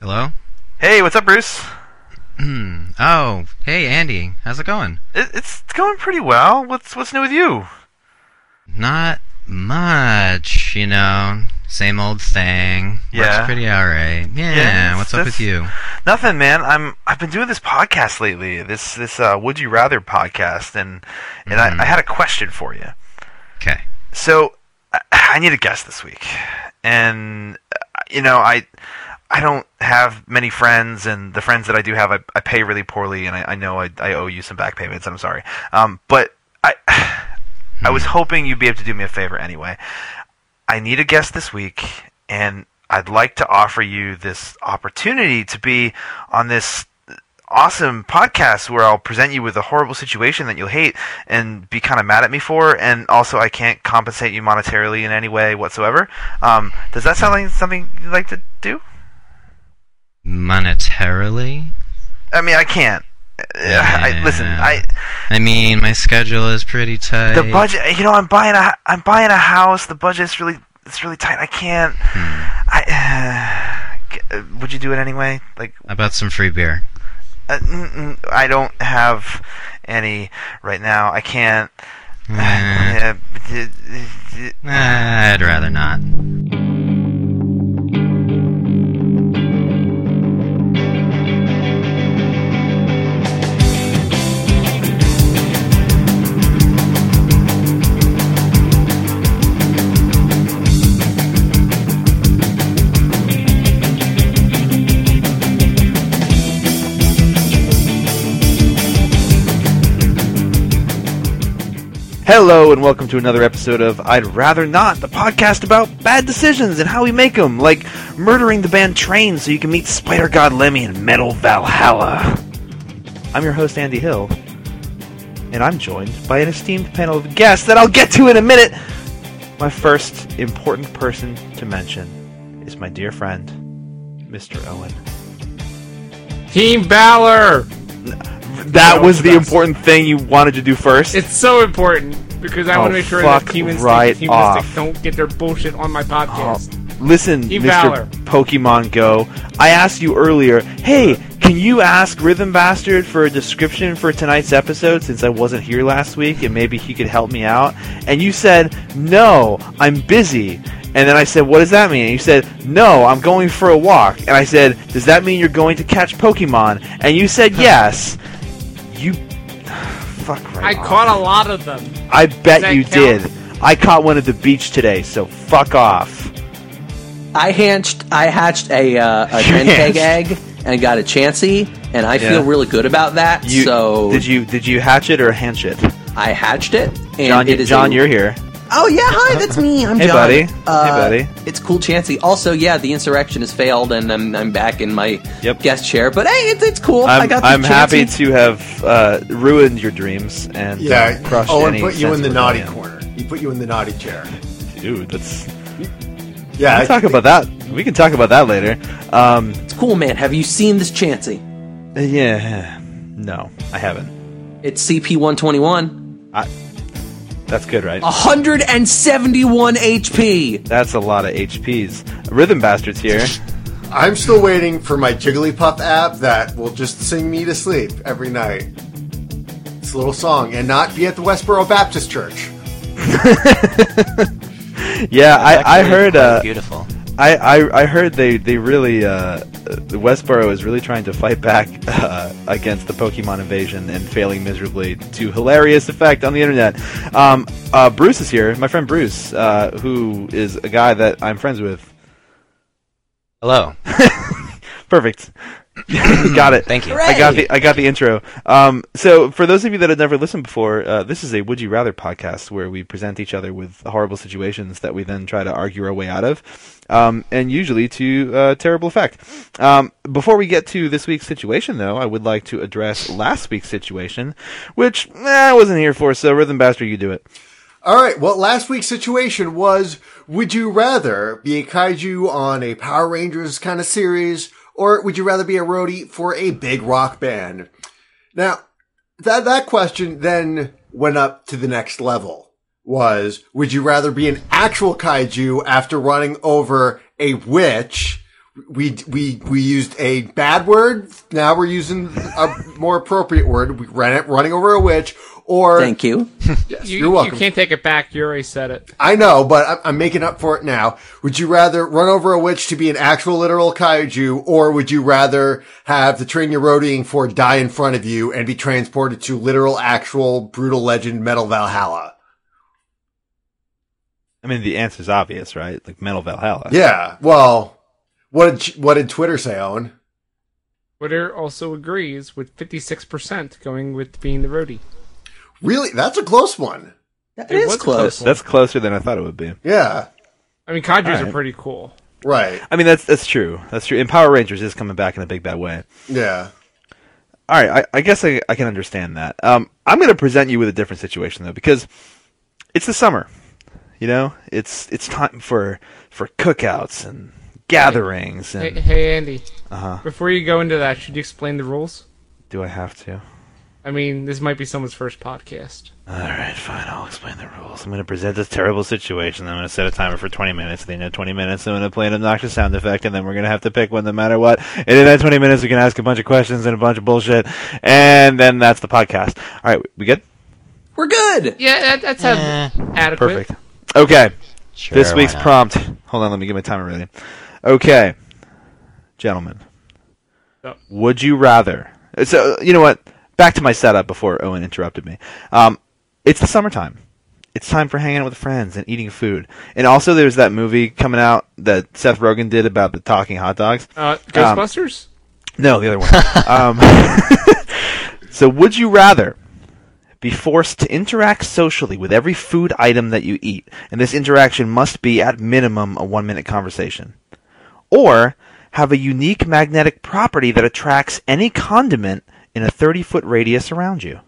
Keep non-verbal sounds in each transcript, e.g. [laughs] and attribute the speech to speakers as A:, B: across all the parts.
A: Hello? [clears throat]
B: Hey, what's up, Bruce?
A: oh, hey Andy, how's it going?
B: It, it's going pretty well. What's what's new with you?
A: Not much, you know. Same old thing.
B: Yeah.
A: Works pretty alright. Yeah,
B: Yeah,
A: what's up
B: that's-
A: with you?
B: Nothing, man. I'm I've been doing this podcast lately. This this uh, Would You Rather podcast, and and I, I had a question for you.
A: Okay.
B: So I, I need a guest this week, and uh, you know I I don't have many friends, and the friends that I do have, I, I pay really poorly, and I, I know I, I owe you some back payments. I'm sorry, um, but I [sighs] I was hoping you'd be able to do me a favor anyway. I need a guest this week, and I'd like to offer you this opportunity to be on this awesome podcast where I'll present you with a horrible situation that you'll hate and be kind of mad at me for, and also I can't compensate you monetarily in any way whatsoever. Um, does that sound like something you'd like to do?
A: Monetarily?
B: I mean, I can't. Uh, I, I- listen, I
A: I mean my schedule is pretty tight.
B: the budget. You know, I'm buying a I'm buying a house. The budget's really it's really tight. I can't. I uh, g- would you do it anyway? Like
A: How about some free beer?
B: uh, mm, mm, I don't have any right now. I can't. [laughs]
A: Eh,
B: Uh, d- d- d-
A: I'd rather not.
B: Hello, and welcome to another episode of I'd Rather Not, the podcast about bad decisions and how we make them, like murdering the band Train so you can meet Spider God Lemmy in Metal Valhalla. I'm your host, Andy Hill, and I'm joined by an esteemed panel of guests that I'll get to in a minute. My first important person to mention is my dear friend, Mr. Owen.
C: Team Valor!
B: That
C: No,
B: was the
C: that's-
B: important thing you wanted to do first.
C: It's so important because I
B: Oh,
C: want to make sure
B: fuck
C: that Team Instinct
B: right
C: and Team Mystic
B: off.
C: don't get their bullshit on my
B: Oh,
C: podcast.
B: listen,
C: Team
B: Mr.
C: Valor.
B: Pokemon Go. I asked you earlier, hey, can you ask Rhythm Bastard for a description for tonight's episode since I wasn't here last week and maybe he could help me out? And you said, no, I'm busy. And then I said, what does that mean? And you said, no, I'm going for a walk. And I said, does that mean you're going to catch Pokemon? And you
C: [laughs]
B: said, yes. You. [sighs] Fuck
C: I
B: right. off.
C: caught a lot of them.
B: I bet
C: that
B: you
C: count?
B: did. I caught one at the beach today, so fuck off.
D: I hatched I hatched a uh, a
B: You
D: ten keg
B: hatched.
D: egg and got a chancy, and I
B: Yeah.
D: feel really good about that.
B: You,
D: so
B: did you did you hatch it or hatch it?
D: I hatched it, and
B: John,
D: it is
B: John,
D: a-
B: you're here.
D: oh yeah, hi, that's me. I'm
B: Hey,
D: John.
B: buddy.
D: Uh,
B: Hey, buddy.
D: It's cool, chancy. Also, yeah, the insurrection has failed, and I'm, I'm back in my
B: Yep.
D: guest chair. But hey, it's, it's cool. Oh, I
B: I'm,
D: got. the
B: I'm happy
D: Chansey.
B: to have uh, ruined your dreams and
E: Yeah.
B: uh, crushed
E: Owen
B: any
E: put you
B: sense
E: in the
B: of
E: naughty
B: rebellion.
E: corner. He put you in the naughty chair.
B: Dude, that's
E: Yeah.
B: let's talk about that. We can talk about that later. Um,
D: It's cool, man. Have you seen this chancy?
B: yeah, no, I haven't.
D: It's CP one twenty one.
B: That's good, right?
D: 171 HP.
B: That's a lot of HPs. Rhythm bastards here.
E: I'm still waiting for my Jigglypuff app that will just sing me to sleep every night. It's a little song, and not be at the Westboro Baptist Church.
B: Yeah, I, I
A: Actually,
B: heard.
A: quite
B: Uh,
A: beautiful.
B: I, I, I heard they, they really uh, Westboro is really trying to fight back [laughs] uh, against the Pokemon invasion and failing miserably to hilarious effect on the internet. Um, uh, Bruce is here, my friend Bruce, uh, who is a guy that I'm friends with.
A: Hello.
B: Perfect. [coughs] got it.
A: Thank you.
B: I got the I got the intro. Um, so for those of you that have never listened before, uh, this is a Would You Rather podcast where we present each other with horrible situations that we then try to argue our way out of, um, and usually to uh, terrible effect. Um, before we get to this week's situation, though, I would like to address last week's situation, which eh, I wasn't here for. So Rhythm Bastard, you do it.
E: All right. Well, last week's situation was: Would you rather be a kaiju on a Power Rangers kind of series, or would you rather be a roadie for a big rock band? Now, that that question then went up to the next level. Was would you rather be an actual kaiju after running over a witch, we we we used a bad word. Now we're using a more appropriate word. We ran it running over a witch. Or
D: Thank you.
E: yes,
C: You,
E: you're welcome.
C: You can't take it back. Yuri said it.
E: I know, but I'm, I'm making up for it now. Would you rather run over a witch to be an actual literal kaiju, or would you rather have the train you're roadieing for die in front of you and be transported to literal, actual, brutal legend Metal Valhalla?
B: I mean, the answer's obvious, right? Like Metal Valhalla.
E: Yeah. Well, what did what did Twitter say, Owen?
C: Twitter also agrees with 56% going with being the roadie.
E: Really, that's a close one.
D: That
C: It
D: is
C: was a
D: close.
C: close one.
B: That's closer than I thought it would be.
E: Yeah.
C: I mean, kaijus
B: Alright.
C: are pretty cool.
E: Right.
B: I mean, that's that's true. That's true. And Power Rangers is coming back in a big bad way.
E: Yeah.
B: All right, I, I guess I, I can understand that. Um, I'm going to present you with a different situation though, because it's the summer. You know, it's it's time for for cookouts and gatherings.
C: Hey,
B: And
C: hey Andy,
B: Uh-huh.
C: before you go into that, should you explain the rules?
B: do I have to?
C: I mean, this might be someone's first podcast.
B: All right, fine. I'll explain the rules. I'm going to present this terrible situation. I'm going to set a timer for 20 minutes. At the end of 20 minutes, I'm going to play an obnoxious sound effect, and then we're going to have to pick one no matter what. And in that 20 minutes, we can ask a bunch of questions and a bunch of bullshit, and then that's the podcast. All right, we good?
D: We're good.
C: Yeah, that, that's how adequate.
B: Perfect. Okay,
A: Sure,
B: this
A: why
B: week's
A: not?
B: prompt. Hold on, let me get my timer ready. Okay, gentlemen,
C: Yep.
B: would you rather? So you know what? Back to my setup before Owen interrupted me. Um, it's the summertime. It's time for hanging out with friends and eating food. And also, there's that movie coming out that Seth Rogen did about the talking hot dogs.
C: Uh, Ghostbusters?
B: No, the other one. um, [laughs] so, would you rather be forced to interact socially with every food item that you eat, and this interaction must be at minimum a one minute conversation, or have a unique magnetic property that attracts any condiment in a 30 foot radius around you?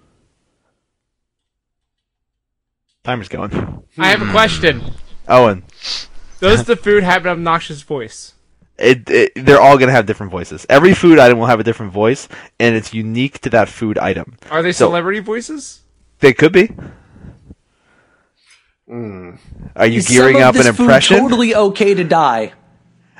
B: Timer's going.
C: I have a question.
B: [laughs] Owen,
C: Does the food have an obnoxious voice?
B: it, it, they're all going to have different voices. Every food item will have a different voice, and it's unique to that food item.
C: Are they
B: So-
C: celebrity voices?
B: They could be. Are you
D: Is
B: gearing
D: some of
B: up an
D: this food
B: impression?
D: Totally okay to die.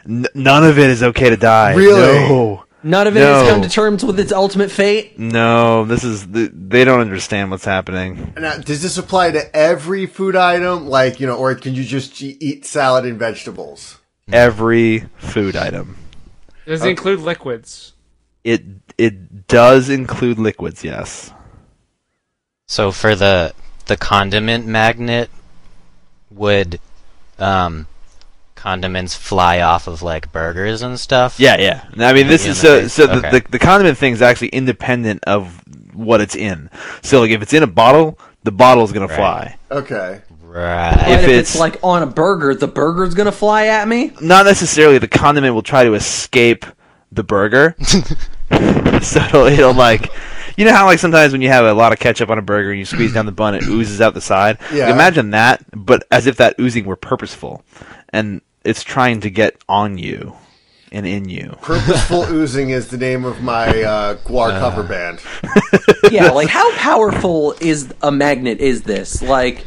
B: N- none of it is okay to die.
E: Really?
B: No.
D: None of it
B: No.
D: has come to terms with its ultimate fate.
B: No, this is th- they don't understand what's happening.
E: Now, does this apply to every food item? Like, you know, or can you just e- eat salad and vegetables?
B: Every food item.
C: Does it include liquids?
B: It it does include liquids, yes.
A: So for the the condiment magnet, would um, condiments fly off of like burgers and stuff?
B: Yeah, yeah. And I mean, this
A: Yeah,
B: is
A: okay.
B: so. So the,
A: Okay.
B: the the condiment thing is actually independent of what it's in. So like, if it's in a bottle, the bottle's gonna
A: Right.
B: fly.
E: Okay.
A: Right.
D: But if it's,
B: it's-
D: like on a burger, the burger's gonna fly at me.
B: Not necessarily. The condiment will try to escape the burger. [laughs] so it'll, it'll like you know how like sometimes when you have a lot of ketchup on a burger and you squeeze down the bun it oozes out the side
E: Yeah.
B: Like, imagine that but as if that oozing were purposeful and it's trying to get on you and in you [laughs]
E: Purposeful oozing is the name of my uh, Guar cover band.
B: [laughs]
D: Yeah, like how powerful is a magnet? Is this like?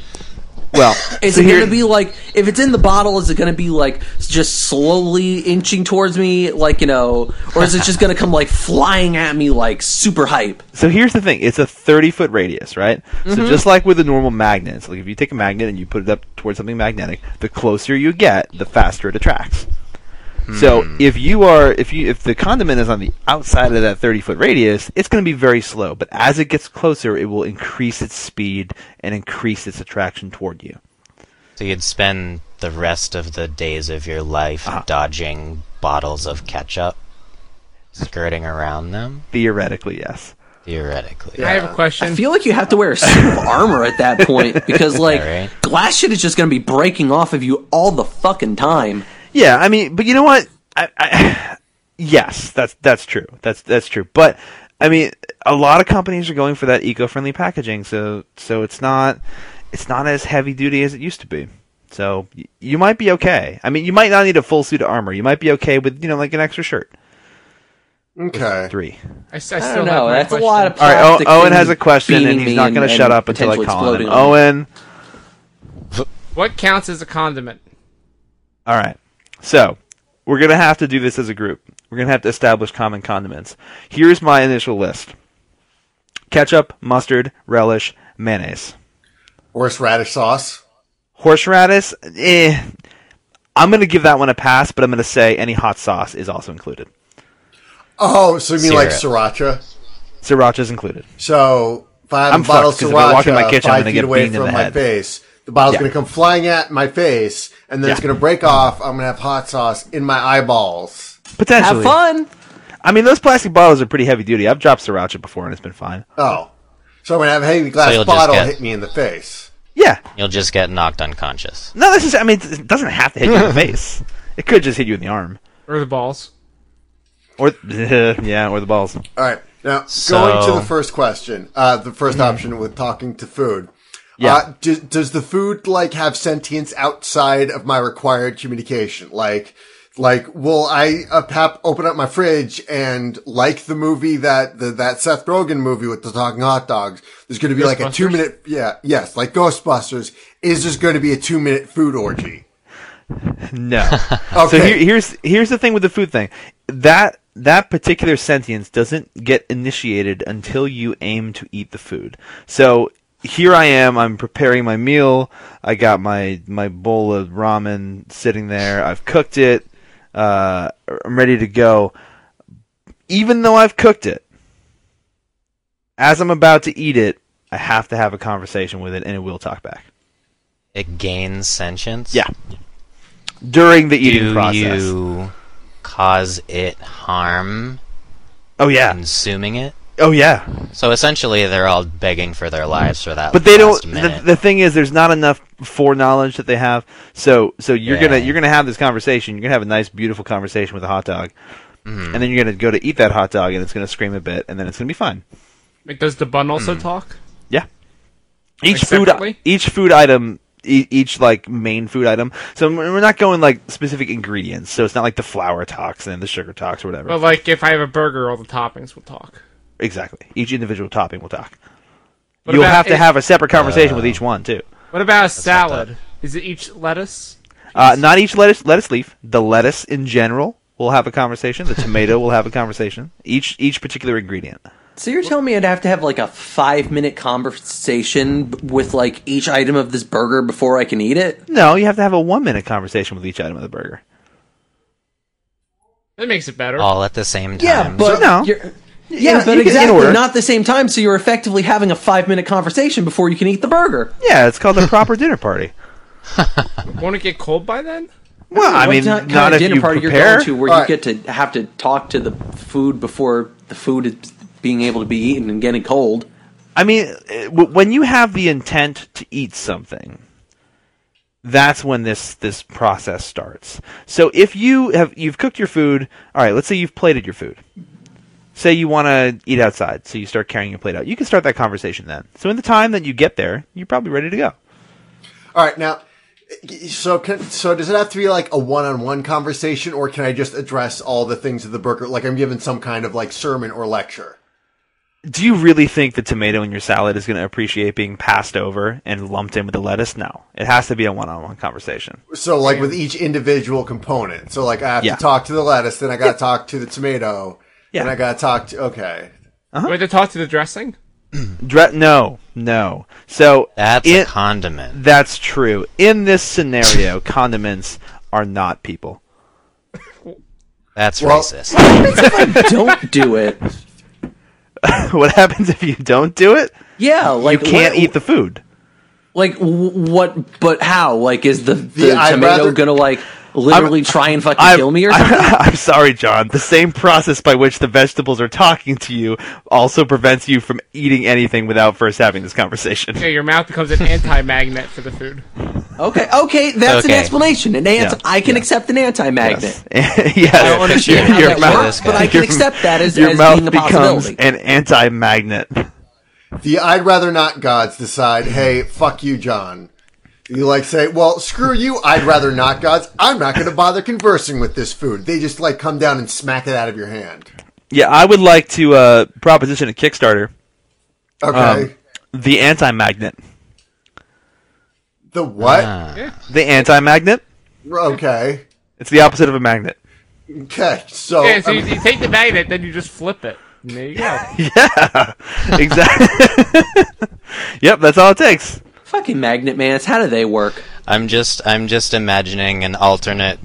B: well
D: Is
B: so
D: it
B: here-
D: going to be like if it's in the bottle? Is it going to be like just slowly inching towards me, like you know, or is it just going to come like flying at me like super hype?
B: so here's the thing it's a 30 foot radius right so just like with a normal magnet so like if you take a magnet and you put it up towards something magnetic the closer you get the faster it attracts so if you are if you if the condiment is on the outside of that 30 foot radius it's going to be very slow but as it gets closer it will increase its speed and increase its attraction toward you
A: So you'd spend the rest of the days of your life
B: Uh-huh.
A: dodging bottles of ketchup, skirting around them,
B: theoretically yes
A: theoretically.
C: I have a
D: I
C: question.
D: feel like you have to wear a suit of armor at that point because like
A: right.
D: glass shit is just going to be breaking off of you all the fucking time.
B: Yeah, I mean, but you know what? I, I, [sighs] yes, that's that's true. That's that's true. But I mean, a lot of companies are going for that eco-friendly packaging, so so it's not it's not as heavy duty as it used to be. So y- you might be okay. I mean, you might not need a full suit of armor. You might be okay with you know like an extra shirt,
E: Okay.
B: three.
C: I, s- I
D: I
C: still
D: don't
C: have
D: know.
C: my
D: That's
C: question.
D: a lot of.
B: All right,
D: plastic
B: o- Owen
D: things
B: has a question, and
D: beating
B: he's
D: me
B: not going
D: and-
B: to shut
D: and
B: up until I
D: potentially
B: call him.
D: exploding on me.
B: Owen.
C: What counts as a condiment?
B: All right. So, we're going to have to do this as a group. We're going to have to establish common condiments. Here's my initial list ketchup, mustard, relish, mayonnaise.
E: Horseradish sauce.
B: Horseradish, eh. I'm going to give that one a pass, but I'm going to say any hot sauce is also included.
E: Oh, so you mean like sriracha?
B: Sriracha's included.
E: So if I have
B: I'm
E: a bottle of
B: fucked, 'cause if I walk
E: sriracha
B: in my kitchen, I'm
E: 5
B: gonna
E: feet
B: get
E: away
B: beamed in
E: from
B: the
E: my
B: head.
E: face, the bottle's
B: Yeah.
E: going to come flying at my face, and then it's
B: Yeah.
E: going to break off. I'm going to have hot sauce in my eyeballs.
B: Potentially.
D: Have fun.
B: I mean, those plastic bottles are pretty heavy duty. I've dropped sriracha before and it's been fine.
E: Oh, so I'm going to have a heavy
A: So
E: glass
A: you'll just
E: bottle
A: get-
E: hit me in the face.
B: Yeah.
A: You'll just get knocked unconscious.
B: No, this is, I mean, it doesn't have to hit you
D: [laughs]
B: in the face. It could just hit you in the arm.
C: Or the balls.
B: Or, [laughs] yeah, or the balls.
E: All right. Now, going
A: So-
E: to the first question, uh, the first option with talking to food.
B: Hmm. Yeah.
E: Uh, do, does the food like have sentience outside of my required communication? Like, like will I uh, pap open up my fridge and like the movie that the, that Seth Rogen movie with the talking hot dogs? There's going to be like a
C: Ghostbusters?
E: two minute yeah yes like Ghostbusters is there's going to be a two minute food orgy?
B: No.
D: [laughs]
B: So
E: Okay.
B: here, here's here's the thing with the food thing. That that particular sentience doesn't get initiated until you aim to eat the food. So here I am. I'm preparing my meal. I got my my bowl of ramen sitting there. I've cooked it. Uh, I'm ready to go. Even though I've cooked it, as I'm about to eat it, I have to have a conversation with it, and it will talk back
A: It gains sentience.
B: Yeah. during the
A: Do
B: eating process.
A: you cause it harm
B: Oh yeah.
A: consuming it?
B: Oh yeah.
A: So essentially, they're all begging for their lives for that.
B: but they don't
A: last
B: the,
A: Minute.
B: the thing is there's not enough foreknowledge that they have so so you're
A: Yeah.
B: gonna you're gonna have this conversation you're gonna have a nice beautiful conversation with a hot dog
A: Mm-hmm.
B: and then you're gonna go to eat that hot dog and it's gonna scream a bit and then it's gonna be fine
C: Like, does the bun also
D: Hmm.
C: talk?
B: yeah each
C: Like
B: food
C: separately?
B: each food item e- each like main food item so we're not going like specific ingredients so it's not like the flour talks and then the sugar talks or whatever
C: Well, like if I have a burger, all the toppings will talk.
B: exactly each individual topping will talk
C: What
B: you'll
C: about
B: have to
C: it-
B: have a separate conversation
A: Uh.
B: with each one too
C: What about a
A: not
C: salad? Is it each lettuce?
B: Uh, not each lettuce lettuce leaf. The lettuce in general will have a conversation. The tomato will have a conversation. Each each particular ingredient.
D: So you're telling me I'd have to have like a five minute conversation b- with like each item of this burger before I can eat it?
B: No, you have to have a one minute conversation with each item of the burger.
C: That makes it better.
A: all at the same time.
D: Yeah, but
B: Um, No.
D: you're- yeah,
B: In-
D: but
B: in
D: exactly
B: order.
D: not the same time. So you're effectively having a five minute conversation before you can eat the burger.
B: Yeah, it's called a proper dinner party.
C: Won't it get cold by then?
B: Well, I
D: [laughs] What
B: mean,
D: ti-
B: not,
D: kind of
B: if
D: dinner
B: you
D: party
B: prepare.
D: you're going to where
E: All
D: you
E: right.
D: get to have to talk to the food before the food is being able to be eaten and
B: [laughs]
D: getting cold.
B: I mean, uh, w- when you have the intent to eat something, that's when this this process starts. So if you have you've cooked your food, all right, let's say you've plated your food. Say you want to eat outside, so you start carrying your plate out. You can start that conversation then. So in the time that you get there, you're probably ready to go.
E: All right, now, so can, so does it have to be like a one-on-one conversation, or can I just address all the things of the burger, like I'm given some kind of like sermon or lecture?
B: Do you really think the tomato in your salad is going to appreciate being passed over and lumped in with the lettuce? No, it has to be a one-on-one conversation.
E: So like with each individual component, so like I have
B: Yeah.
E: to talk to the lettuce, then I got to talk to the tomato,
B: Yeah.
E: and I got to talk to okay.
D: Uh-huh.
C: Do I have to talk to the dressing?
B: Dre- no, no. So
A: that's a
B: it-
A: condiment.
B: That's true. In this
D: [laughs]
B: scenario, condiments are not people. [laughs]
A: That's
E: Well-
A: racist.
D: Don't do it.
B: what happens if you don't do it?
D: Yeah, like
B: you can't
D: what-
B: eat the food.
D: Like w- what? But how? Like is the, the
E: I'd
D: tomato
E: rather-
D: gonna like literally try and fucking kill [laughs] me or something?
B: [laughs] I'm sorry, John. The same process by which the vegetables are talking to you also prevents you from eating anything without first having this conversation. [laughs]
C: Yeah, your mouth becomes
D: [laughs]
C: an anti-magnet for the food.
D: okay, okay, that's an
A: Okay.
D: explanation. An anti-
B: Yeah.
D: I can accept an anti-magnet.
B: Yes. yes.
D: I don't [laughs] understand how
A: Your
D: that
A: mouth-
D: works, but I can
B: your-
D: accept that as,
B: Your
D: as
B: mouth
D: being a
B: becomes
D: possibility.
B: an anti-magnet.
E: The I'd rather not gods decide. Hey, fuck you, John. You like say, well, screw you. I'd rather not gods. I'm not going to bother conversing with this food. They just like come down and smack it out of your hand.
B: Yeah, I would like to uh, proposition a Kickstarter.
E: Okay.
B: Um, the anti-magnet.
E: the what?
A: Ah.
B: uh, The anti-magnet.
E: Okay.
B: It's the opposite of a magnet.
E: Okay, so
D: Oh,
C: Yeah,
D: um,
C: so you, you take the magnet, then you just flip it. And there you
D: [laughs]
C: go.
B: Yeah, exactly. [laughs] yep, that's all it takes.
D: Fucking magnet mans, how do they work?
A: I'm just I'm just imagining an alternate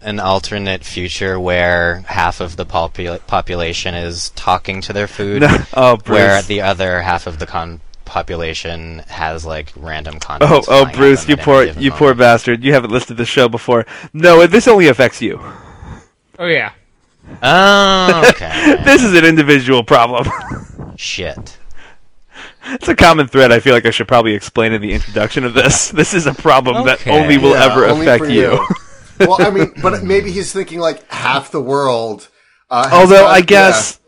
A: an alternate future where half of the popul- population is talking to their food,
B: No- [laughs] oh, Bruce.
A: where the other half of the con- population has like random
B: Oh,
A: condiments.
B: oh,
A: flying at
B: Bruce,
A: them
B: you
A: at any
B: poor,
A: given
B: you poor
A: moment.
B: bastard. You haven't listened to the show before. No, this only affects you. [laughs]
C: Oh yeah.
A: Oh,
B: [laughs]
A: okay.
B: This is an individual problem. [laughs]
A: Shit.
B: it's a common thread. I feel like I should probably explain in the introduction of this. [laughs] This is a problem that
A: Okay.
B: only will
E: Yeah,
B: ever
E: only
B: affect
E: for
B: you.
E: well, I mean, but maybe he's thinking like half the world. Uh,
B: [laughs]
E: has
B: Although
E: not-
B: I guess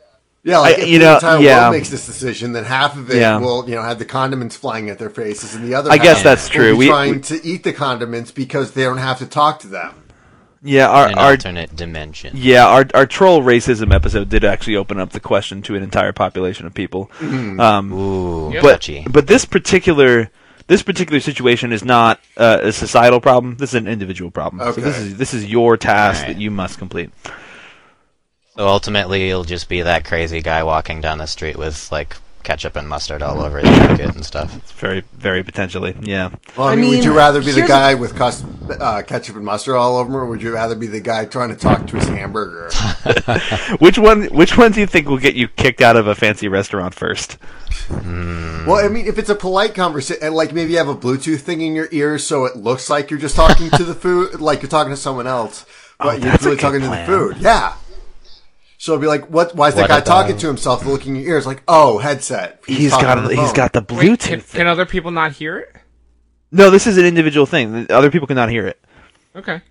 E: yeah, Yeah, like
B: I-
E: if
B: you
E: the
B: know,
E: entire
B: yeah.
E: world makes this decision, then half of it
B: Yeah.
E: will, you know, have the condiments flying at their faces, and the other,
B: I guess
E: half
B: that's
E: will
B: true.
E: be
B: We-
E: trying
B: we-
E: to eat the condiments because they don't have to talk to them.
B: yeah, our
A: An
B: our
A: alternate dimension.
B: Yeah, our our troll racism episode did actually open up the question to an entire population of people. Um,
A: Ooh,
C: Yep.
B: but
A: touchy.
B: but this particular this particular situation is not uh, a societal problem. This is an individual problem. So this
E: Okay.
B: is this is your task
A: Alright.
B: that you must complete.
A: So ultimately, you'll just be that crazy guy walking down the street with like ketchup and mustard all over his jacket and stuff.
B: It's very very potentially. Yeah.
E: Well, I,
D: I
E: mean,
D: mean,
E: would you rather be the
D: here's a-
E: guy with cus- uh, ketchup and mustard all over him, or would you rather be the guy trying to talk to his hamburger?
B: Which one which one do you think will get you kicked out of a fancy restaurant first?
E: Well, I mean, if it's a polite conversation, and like maybe you have a Bluetooth thing in your ear, so it looks like you're just talking to the food, [laughs] like you're talking to someone else, but you're
B: Oh, that's a
E: really
B: good
E: talking
B: plan.
E: to the food. Yeah. So it'd be like, what? Why is that
A: What
E: guy
A: about-
E: talking to himself? The look in your ear is like, oh, headset.
B: He's
E: talking on
B: got
E: the
B: he's
E: phone.
B: got the
C: Wait,
B: Bluetooth.
C: can, can other people not hear it?
B: no, this is an individual thing. Other people cannot hear it.
D: [laughs]
C: Okay.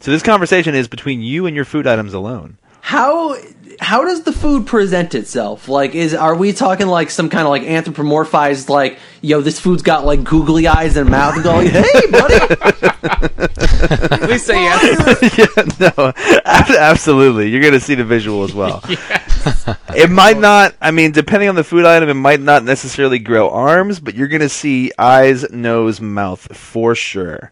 B: So this conversation is between you and your food items alone.
D: How how does the food present itself? Like, is are we talking like some kind of like anthropomorphized like yo, this food's got like googly eyes and a mouth
B: [laughs]
D: and going, hey buddy,
C: At least say
D: [laughs]
C: yes.
B: [laughs] yeah, no, ab- absolutely. You're going to see the visual as
C: [laughs]
B: well. [laughs] It might not. I mean, depending on the food item, it might not necessarily grow arms, but you're going to see eyes, nose, mouth for sure.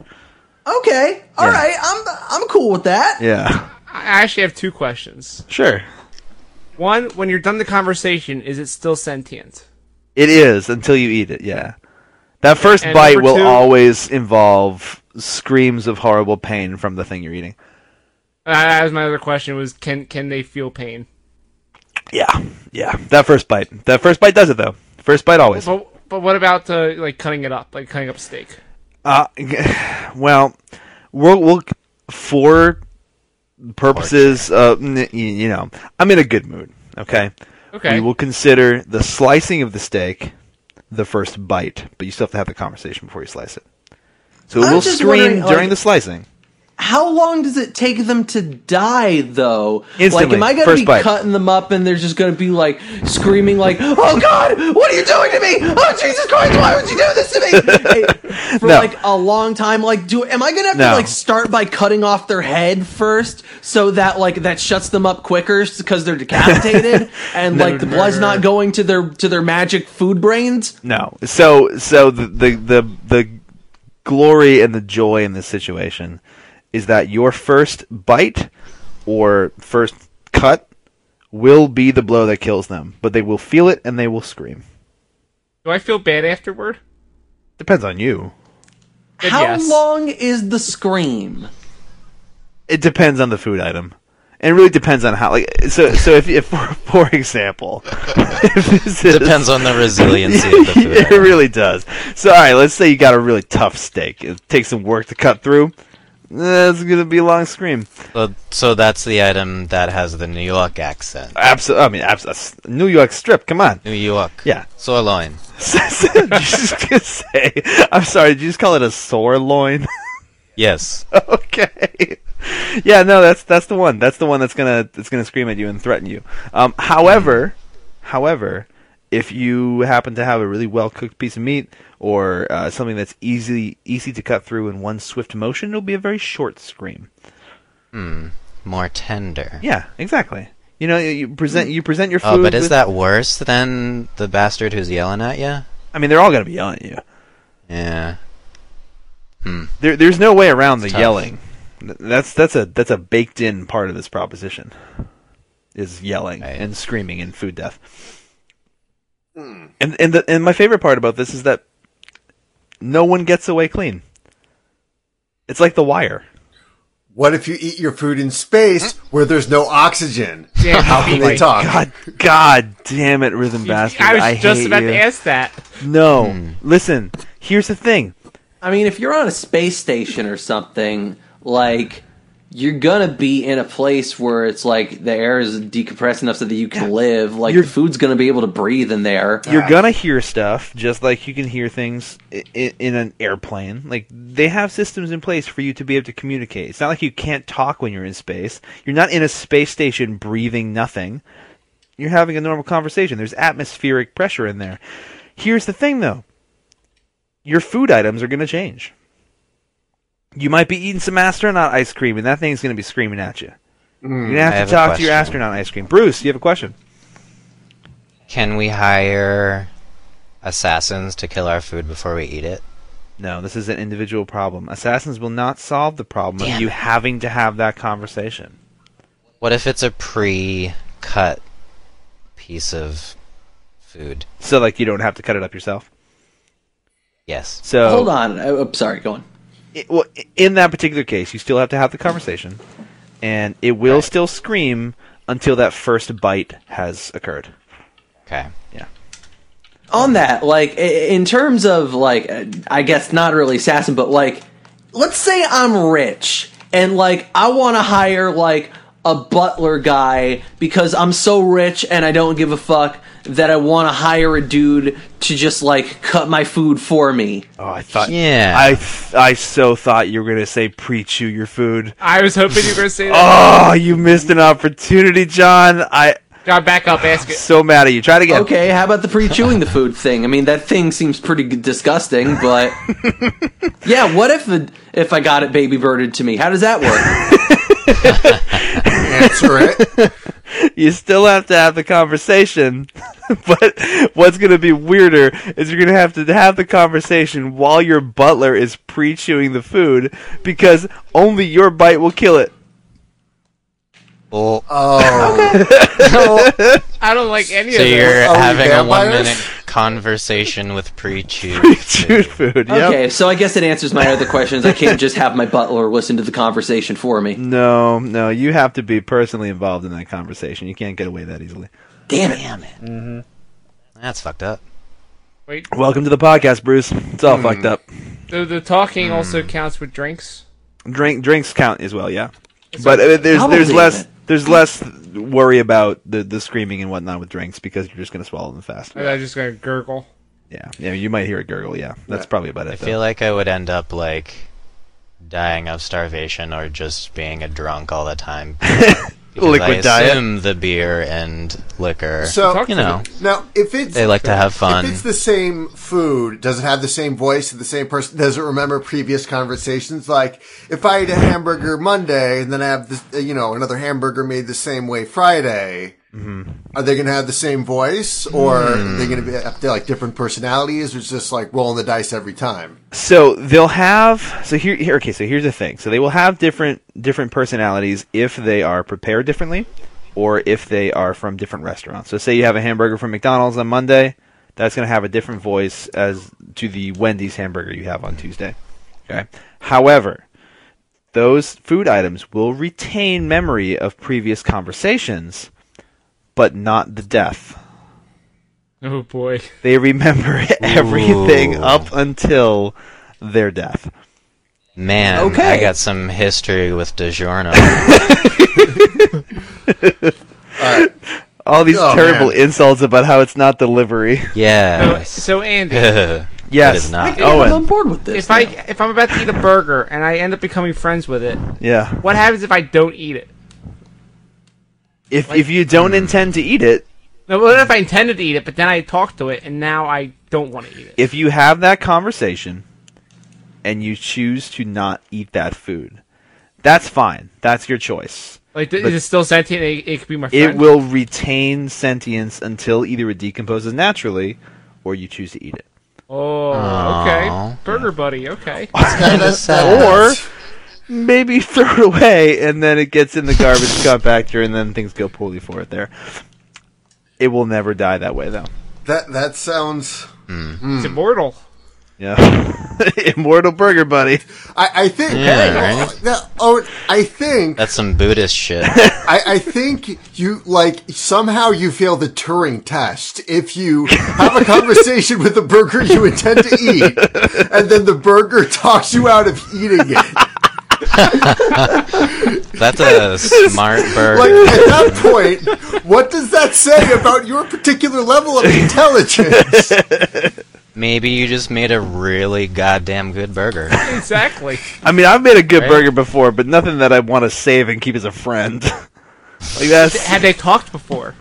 D: okay, all
B: Yeah.
D: right, I'm I'm cool with that.
C: [laughs]
B: Yeah,
C: I actually have two questions.
B: sure.
C: One, when you're done the conversation, is it still sentient?
B: It is until you eat it. Yeah, that first
C: And
B: bite
C: number
B: will
C: two-
B: always involve screams of horrible pain from the thing you're eating.
C: Uh, that was my other question. Was can can they feel pain?
B: Yeah, yeah. That first bite. That first bite does it though. First bite always.
C: But but what about uh, like cutting it up, like cutting up steak?
B: Uh, [sighs] well, we'll, we'll for purposes, uh, n- y- you know, I'm in a good mood. Okay.
C: Okay.
B: We will consider the slicing of the steak the first bite, but you still have to have the conversation before you slice it. So it
D: I'm
B: will
D: just
B: scream
D: wondering,
B: during
D: like-
B: the slicing.
D: How long does it take them to die, though?
B: Instantly.
D: Like, am I going to
B: First
D: be
B: bite.
D: cutting them up and they're just going to be like screaming, like, "Oh God, what are you doing to me? Oh Jesus Christ, why would you do this to
B: [laughs]
D: me?" Hey, for
B: No.
D: like a long time. Like, do am I going to have
B: No.
D: to like start by cutting off their head first, so that like that shuts them up quicker because they're
B: [laughs]
D: decapitated and like the blood's not going to their to their magic food brains?
B: No. So so the the the, the glory and the joy in this situation is that your first bite or first cut will be the blow that kills them, but they will feel it and they will scream.
C: Do I feel bad afterward?
B: Depends on you.
C: Then
D: How
C: yes.
D: long is the scream?
B: It depends on the food item. And it really depends on how like so so if, if for, for example [laughs] if this is, [laughs]
A: Depends on the resiliency of the food. [laughs]
B: it really does. So, all right, let's say you got a really tough steak. It takes some work to cut through. That's gonna be a long scream.
A: So, so that's the item that has the New York accent.
B: Absolutely. I mean, abs- s- New York strip. Come on.
A: New York.
B: Yeah. [laughs]
A: [laughs] Sirloin.
B: Did you just gonna say. I'm sorry. Did you just call it a sore loin? [laughs]
A: Yes.
B: okay. Yeah. No. That's that's the one. That's the one that's gonna that's gonna scream at you and threaten you. Um. However, however, if you happen to have a really well cooked piece of meat or uh, something that's easy easy to cut through in one swift motion, it'll be a very short scream.
A: More tender.
B: Yeah. Exactly. You know, you present you present your food.
A: Oh, but is
B: with-
A: that worse than the bastard who's yelling at you?
B: I mean, they're all gonna be yelling at you.
A: Yeah.
B: There, there's no way around the
A: tough.
B: yelling. Th- That's that's a that's a baked in part of this proposition. Is yelling
A: Right.
B: and screaming and food death. And and the, and my favorite part about this is that no one gets away clean. It's like the wire.
E: What if you eat your food in space where there's no oxygen?
C: Damn,
E: [laughs] How can
B: [laughs]
E: they talk?
B: Oh God, God damn it, rhythm bastard!
C: Uh, [laughs] I was just
B: hate
C: about
B: you.
C: to ask Hmm. that.
B: No, listen. Here's the thing.
D: I mean, if you're on a space station or something, like you're gonna be in a place where it's like the air is decompressed enough so that you can live. Like
B: You're-
D: the food's gonna be able to breathe in there.
B: You're gonna hear stuff just like you can hear things in, in an airplane. Like they have systems in place for you to be able to communicate. It's not like you can't talk when you're in space. You're not in a space station breathing nothing. You're having a normal conversation. There's atmospheric pressure in there. Here's the thing though. Your food items are gonna change. You might be eating some astronaut ice cream and that thing's gonna be screaming at you. You're gonna have,
A: I have
B: to
A: a
B: talk to your
A: question.
B: astronaut ice cream. Bruce, you have a question.
A: Can we hire assassins to kill our food before we eat it?
B: No, this is an individual problem. Assassins will not solve the problem of
A: Damn
B: you
A: it.
B: having to have that conversation.
A: What if it's a pre-cut piece of food?
B: So, like, you don't have to cut it up yourself.
A: Yes.
B: So,
D: Hold on. I, am sorry. Go on.
B: it- well, i- in that particular case, you still have to have the conversation, and it will still scream until that first bite has occurred.
A: Okay.
D: on that like i- in terms of like uh, i guess not really assassin but like let's say i'm rich and like i want to hire like a butler guy because i'm so rich and i don't give a fuck that i want to hire a dude to just like cut my food for me
B: Oh, I thought.
A: Yeah.
B: I th- I so thought you were gonna say pre-chew your food.
C: I was hoping you were going to say that.
B: Oh, you missed an opportunity, John. I
C: John, back up. Ask it.
B: so mad at you. Try it again.
D: okay how about the pre-chewing the food thing i mean that thing seems pretty g- disgusting but yeah what if the, if i got it baby birded to me how does that work
E: Answer
B: [laughs]
E: it.
B: you still have to have the conversation. [laughs] but what's going to be weirder is you're going to have to have the conversation while your butler is pre chewing the food because only your bite will kill it. [laughs]
A: Well,
E: Oh, [laughs]
C: I don't like any
A: so
C: of this.
A: you're
E: Are we
A: having a
E: vampires?
A: one-minute conversation with pre-chewed
B: Pre
A: food.
B: chewed food. Yep.
D: Okay, so I guess it answers my other questions. I can't just have my butler listen to the conversation for me.
B: No, no, you have to be personally involved in that conversation. You can't get away that easily.
D: Damn it. Damn it.
A: That's fucked up.
C: Wait,
B: Welcome to the podcast, Bruce. It's all fucked
D: Hmm.
B: up.
C: the, the talking also counts with drinks.
B: Drink drinks count as well, yeah. But uh, there's
D: Probably
B: there's less
D: not.
B: there's less worry about the, the screaming and whatnot with drinks because you're just gonna swallow them fast.
C: I was just going to gurgle.
B: Yeah, yeah, you might hear it gurgle. Yeah, that's probably about it.
A: I
B: though.
A: feel like I would end up like dying of starvation or just being a drunk all the time. Because
B: Liquid
A: I
B: diet.
A: assume the beer and liquor.
E: So
C: Talk
A: you
C: to
A: know,
E: now, if it's
A: they like to have fun.
E: if it's the same food, does it have the same voice of the same person? Does it remember previous conversations? Like if I eat a hamburger Monday and then I have this, uh, you know another hamburger made the same way Friday,
A: Mm-hmm.
E: are they going to have the same voice or
A: Hmm.
E: are they going to be have they, like different personalities? Or it's just like rolling the dice
A: [laughs]
E: every time.
B: so they'll have so here, here okay so here's the thing so they will have different different personalities if they are prepared differently or if they are from different restaurants so say you have a hamburger from mcdonald's on monday that's going to have a different voice as to the wendy's hamburger you have on tuesday okay however those food items will retain memory of previous conversations but not the death
C: Oh, boy.
B: they remember [laughs] everything
A: Ooh.
B: up until their death
A: Man,
D: Okay.
A: I got some history with DiGiorno.
B: All these
E: Oh,
B: terrible
E: man.
B: insults about how it's not delivery.
A: [laughs]
C: So,
A: yes.
C: so Andy,
A: yes. It
B: Yes.
A: is
B: [laughs]
A: not.
D: Oh,
B: Owen.
D: I'm on board with this.
C: if I
D: now.
C: if I'm about to eat a burger and I end up becoming friends with it,
B: Yeah.
C: what happens if I don't eat it?
B: If if you don't intend to eat it,
C: No, what if I intended to eat it, but then I talked to it and now I don't want to eat it?
B: if you have that conversation and you choose to not eat that food, that's fine. That's your choice.
C: Like, th-
B: But-
C: is it still sentient? It, it could be my friend.
B: It will retain sentience until either it decomposes naturally or you choose to eat it. Hmm.
C: Oh, okay. Burger buddy. Okay.
E: Kinda
A: sad.
E: sad.
B: Or maybe [laughs] throw it away, and then it gets in the garbage compactor, and then things go poorly for it there. It will never die that way, though.
E: That that sounds.
C: It's immortal.
B: Yeah. [laughs] Immortal Burger Buddy.
E: I, I think.
A: Yeah, right.
E: No, oh, I think.
A: That's some Buddhist shit.
E: I, I think you like somehow you fail the Turing test if you have a conversation with the burger you intend to eat, and then the burger talks you out of eating it.
A: That's a smart
E: Like
A: burger.
E: at that point, what does that say about your particular level of intelligence?
A: Maybe you just made a really goddamn good burger.
C: Exactly.
B: I mean, I've made a good
C: Right.
B: burger before, but nothing that I want to save and keep as a friend. [laughs] like that's.
C: Had Hmm. they talked before?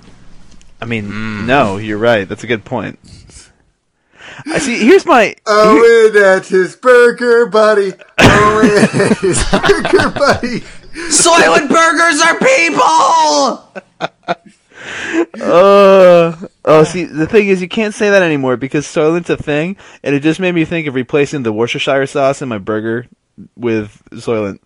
B: I mean, no, you're right. That's a good point. I see. Here's my. uh,
E: Owen at his burger, buddy. Owen at his burger, buddy.
D: Soylent burgers are people.
B: Uh, oh, see, the thing is, you can't say that anymore because Soylent's a thing, and it just made me think of replacing the Worcestershire sauce in my burger with Soylent.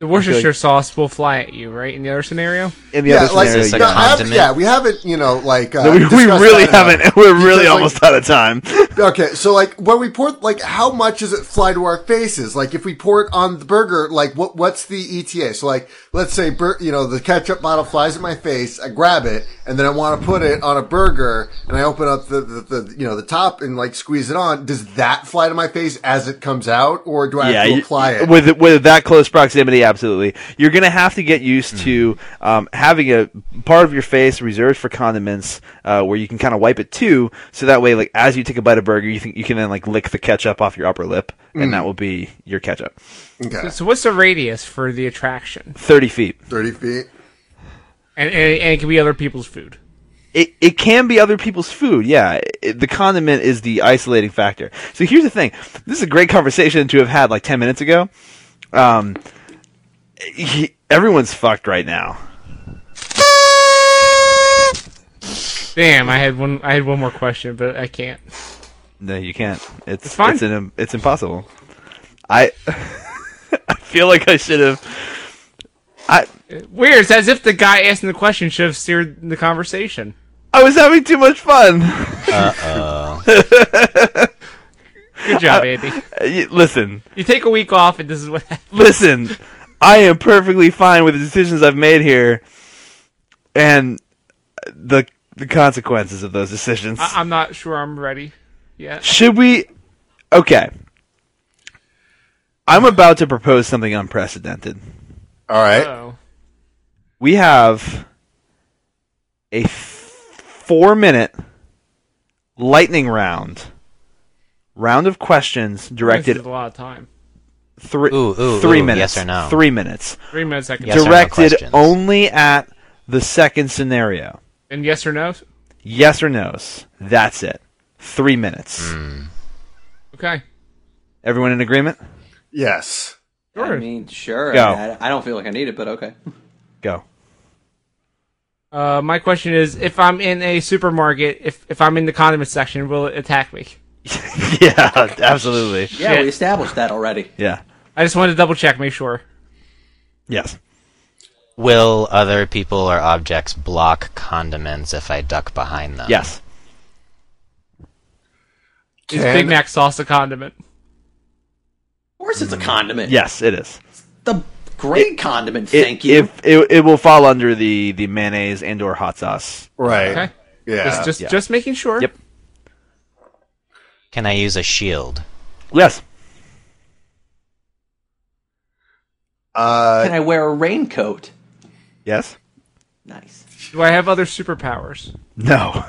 C: The Worcestershire sauce will fly at you, right? In the other scenario,
B: In the other
E: like,
B: scenario,
A: Is this a
E: no,
B: yeah.
E: I haven't-
A: condiment?
E: yeah, we haven't, you know, like uh,
B: No, [laughs] we, we
E: discussed
B: really
E: that enough.
B: haven't. We're really
E: Because, like-
B: almost out of time.
E: Okay, so like when we pour, like how much does it fly to our faces? Like if we pour it on the burger, like what what's the ETA? So like let's say bur- you know the ketchup bottle flies in my face, I grab it, and then I want to put it on a burger, and I open up the, the, the you know the top and like squeeze it on. Does that fly to my face as it comes out, or do I have to
B: you-
E: apply it?
B: with with that close proximity. Absolutely, you're going to have to get used to
E: Mm-hmm.
B: um, having a part of your face reserved for condiments, uh, where you can kind of wipe it too. So that way, like as you take a bite of burger, you think you can then like lick the ketchup off your upper lip, and
E: Mm-hmm.
B: that will be your ketchup.
E: okay,
C: so what's the radius for the attraction?
B: Thirty feet.
E: thirty feet.
C: And and, and it can be other people's food.
B: It it can be other people's food. Yeah, It- the condiment is the isolating factor. So here's the thing. This is a great conversation to have had like ten minutes ago. Um, he- everyone's fucked right now.
C: Damn, I had one. I had one more question, but I can't.
B: No, you can't. It's it's,
C: fine.
B: an, it's impossible. I [laughs] I feel like I should have. I
C: Weird. It's as if the guy asking the question should have steered the conversation.
B: I was having too much fun. [laughs] [laughs]
C: Good job, Andy.
B: Y- listen,
C: You take a week off, and this is what happens.
B: listen. I am perfectly fine with the decisions I've made here, and the the consequences of those decisions.
C: I- I'm not sure I'm ready yet.
B: should we? Okay. I'm about to propose something unprecedented.
E: All right.
C: Oh,
B: we have a f- four minute lightning round round of questions
C: this
B: directed
C: is a lot of time.
B: three
A: Ooh, ooh,
B: three
A: ooh,
B: minutes
A: yes or no.
B: three minutes
C: Three minutes. I can.
A: Yes or no
B: directed
A: questions.
B: only at the second scenario
C: And yes or no?
B: yes or no's that's it three minutes
A: Hmm.
C: Okay.
B: everyone in agreement
E: Yes.
C: Sure.
D: I mean, sure.
B: Go.
D: I, I don't feel like I need it, but okay.
A: [laughs]
B: go
C: Uh, my question is, if I'm in a supermarket, if if I'm in the condiment section, will it attack me?
B: yeah absolutely
D: Yeah,
C: Shit.
D: we established that already.
B: yeah
C: I just wanted to double check, make sure.
B: yes
A: Will other people or objects block condiments if I duck behind
D: Uh,
A: them?
B: yes
C: Is
E: Can-
C: Big Mac sauce a condiment?
D: Of course, it's a condiment.
B: yes it is
D: the great condiment.
B: It-
D: thank you.
B: if it, it will fall under the the mayonnaise and or hot sauce
E: Right.
C: Okay.
E: Yeah.
C: Just just,
B: yeah.
C: just making sure.
B: Yep.
A: Can I use a shield?
B: Yes.
E: uh,
D: Can I wear a raincoat?
B: Yes.
D: Nice.
C: Do I have other superpowers?
B: No.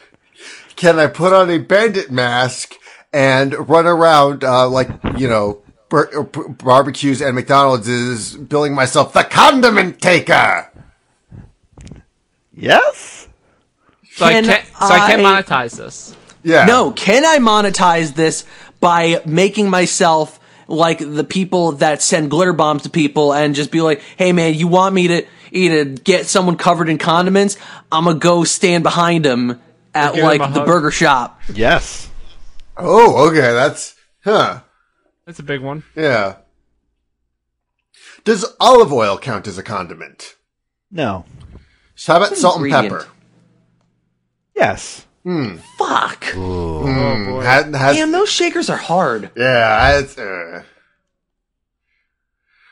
B: [laughs]
E: can I put on a bandit mask and run around uh, like you know bar- or p- barbecues and McDonald's is billing myself the condiment taker?
B: Yes.
C: So
D: Can
C: I can't so I can't
D: I-
C: monetize this.
E: Yeah.
D: No, can I monetize this by making myself like the people that send glitter bombs to people and just be like, hey man, you want me to either get someone covered in condiments? I'm gonna go stand behind him at
C: give
D: like
C: him a
D: the
C: hug.
D: burger shop.
B: Yes.
E: Oh, okay. That's huh.
C: That's a big one.
E: Yeah. Does olive oil count as a condiment?
B: No.
E: So how about salt and
D: ingredient.
E: pepper?
B: Yes.
D: Fuck.
C: Oh,
E: Hmm, ha- has-
D: Damn, those shakers are hard.
E: yeah, it's, uh.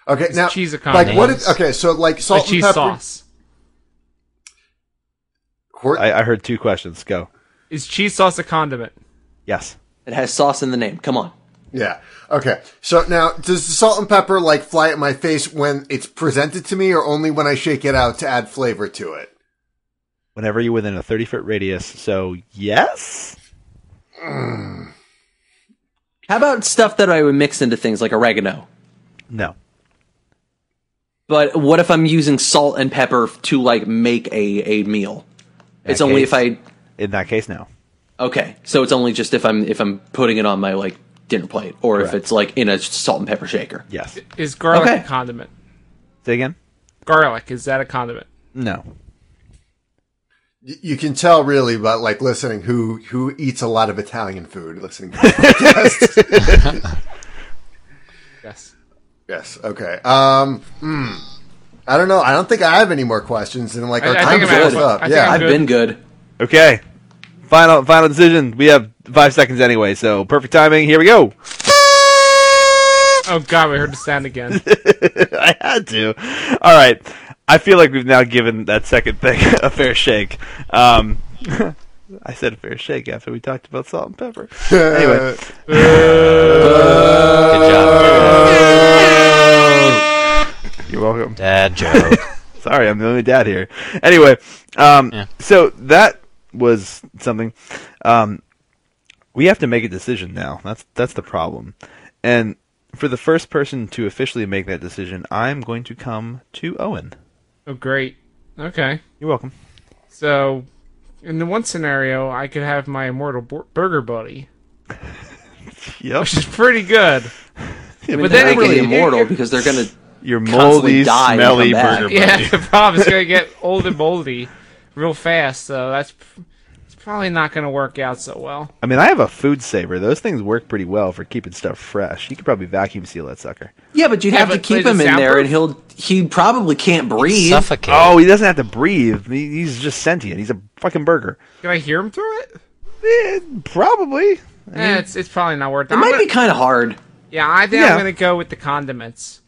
E: Okay, now
C: cheese a
E: like what?
C: condiment?
E: Is, okay, so like
C: A
E: salt and
C: cheese
E: pepper.
C: sauce.
E: Hor-
B: I, I heard two questions. Go.
C: Is cheese sauce a condiment?
B: Yes.
D: It has sauce in the name. Come on.
E: Yeah. Okay. So now, does the salt and pepper like fly at my face when it's presented to me, or only when I shake it out to add flavor to it?
B: Whenever you're within a 30 foot radius. So, yes?
D: How about stuff that I would mix into things like oregano?
B: No.
D: But what if I'm using salt and pepper to like make a, a meal? It's only if I
B: In that case, no.
D: okay. So it's only just if I'm if I'm putting it on my like dinner plate or if
B: Correct.
D: it's like in a salt and pepper shaker.
B: Yes.
C: Is garlic
D: Okay.
C: a condiment?
B: Say again?
C: Garlic is that a condiment?
B: No.
E: Y- you can tell really, but like listening, who who eats a lot of Italian food? Listening. To this podcast.
C: Yes.
E: yes. Okay. Um. hmm. I don't know. I don't think I have any more questions, and like
C: I-
E: our
C: I
E: time
C: think
E: is
D: I'm out.
E: almost up.
C: I think
E: yeah.
C: I'm
D: I've been good.
B: Okay. Final final decision. We have five seconds anyway, so perfect timing. Here we go.
C: Oh god, we heard the sound
D: [laughs]
C: again.
B: [laughs] I had to. All right. I feel like we've now given that second thing [laughs] a fair shake. Um, [laughs] I said a fair shake after we talked about salt and pepper. anyway,
A: Good job.
B: you're welcome.
A: Dad joke.
B: Sorry, I'm the only dad here. Anyway, um,
A: Yeah.
B: so that was something. Um, we have to make a decision now. That's that's the problem. And for the first person to officially make that decision, I'm going to come to Owen.
C: oh great. Okay.
B: You're welcome.
C: So, in the one scenario, I could have my immortal bur- burger buddy,
B: Yep.
C: which is pretty good.
D: [laughs] I mean,
C: But
D: they're
C: then
D: not really
C: again-
D: immortal
C: [laughs]
D: because they're gonna.
B: Your
D: Constantly
B: moldy,
D: die and
B: smelly
D: come back.
B: burger buddy.
C: Yeah, the problem is gonna get old and moldy real fast. So that's it's probably not gonna work out so well.
B: I mean, I have a food saver. Those things work pretty well for keeping stuff fresh. You could probably vacuum seal that sucker.
D: Yeah, but you'd
C: Yeah,
D: have to
C: but
D: keep
C: is it
D: him in there, and
C: soundproof?
D: he'll he probably can't breathe.
A: Suffocate.
B: Oh, he doesn't have to breathe. He- He's just sentient. He's a fucking burger.
C: Can I hear him through it?
B: Eh, probably.
C: Eh, it's it's probably not worth
D: It
C: I'm
D: might
C: gonna-
D: be kind of hard.
C: Yeah, I think
B: Yeah.
C: I'm gonna go with the condiments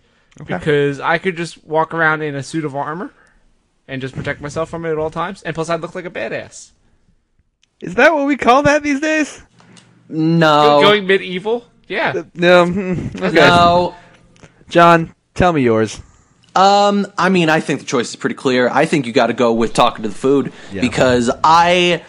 C: because I could just walk around in a suit of armor and just protect myself from it at all times, and plus I'd look like a badass.
B: Is that what we call that these days?
D: No,
C: Going medieval, yeah.
B: No. [laughs] hmm, Okay.
D: no.
B: John, tell me yours.
D: Um, I mean, I think the choice is pretty clear. I think you got to go with talking to the food
B: Yeah.
D: because I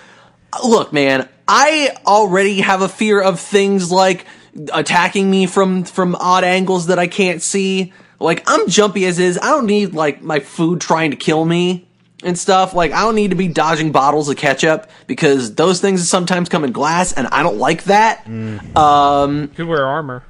D: look, man. I already have a fear of things like attacking me from from odd angles that I can't see. Like I'm jumpy as is. I don't need like my food trying to kill me and stuff. Like I don't need to be dodging bottles of ketchup because those things sometimes come in glass, and I don't like that.
C: Could wear armor.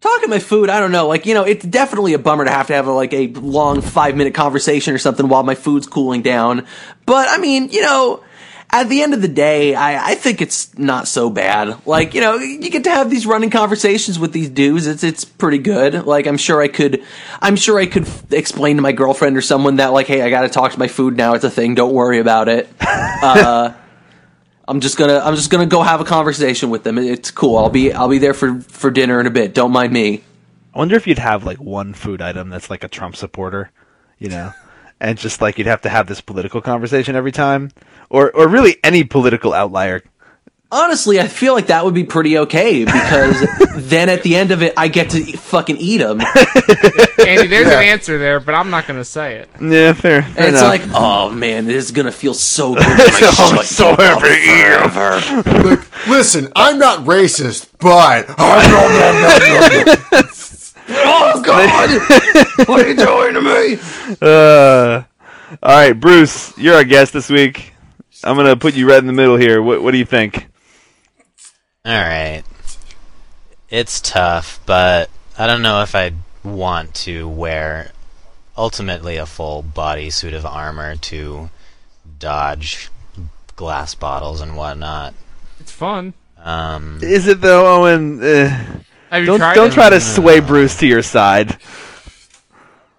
D: talking my food i don't know like you know it's definitely a bummer to have to have a, like a long five minute conversation or something while my food's cooling down but i mean you know at the end of the day i, I think it's not so bad like you know you get to have these running conversations with these dudes it's it's pretty good like i'm sure i could i'm sure i could f- explain to my girlfriend or someone that like hey i gotta talk to my food now it's a thing don't worry about it uh I'm just gonna I'm just gonna go have a conversation with them. It's cool. I'll be I'll be there for for dinner in a bit. Don't mind me.
B: I wonder if you'd have like one food item that's like a Trump supporter, you
D: [laughs]
B: know, and just like you'd have to have this political conversation every time, or or really any political outlier.
D: Honestly, I feel like that would be pretty okay because then at the end of it, I get to e- fucking eat them. And
C: Andy, there's an answer there, but I'm not gonna say it.
B: Yeah, fair. fair
D: it's
B: enough.
D: like, oh man, this is gonna feel so good. when I shut
B: so
D: you up
B: happy to
D: forever.
E: Look, listen, I'm not racist, but [laughs] oh God, what are you doing to me?
B: [laughs] Uh, all right, Bruce, you're our guest this week. I'm gonna put you right in the middle here. What What do you think?
A: All right. It's tough, but I don't know if I'd want to wear ultimately a full body suit of armor to dodge glass bottles and whatnot.
C: It's fun.
A: Um,
B: Is it though, Owen? Uh,
C: Have you
B: don't
C: tried
B: don't
C: it?
B: try to sway Bruce to your side.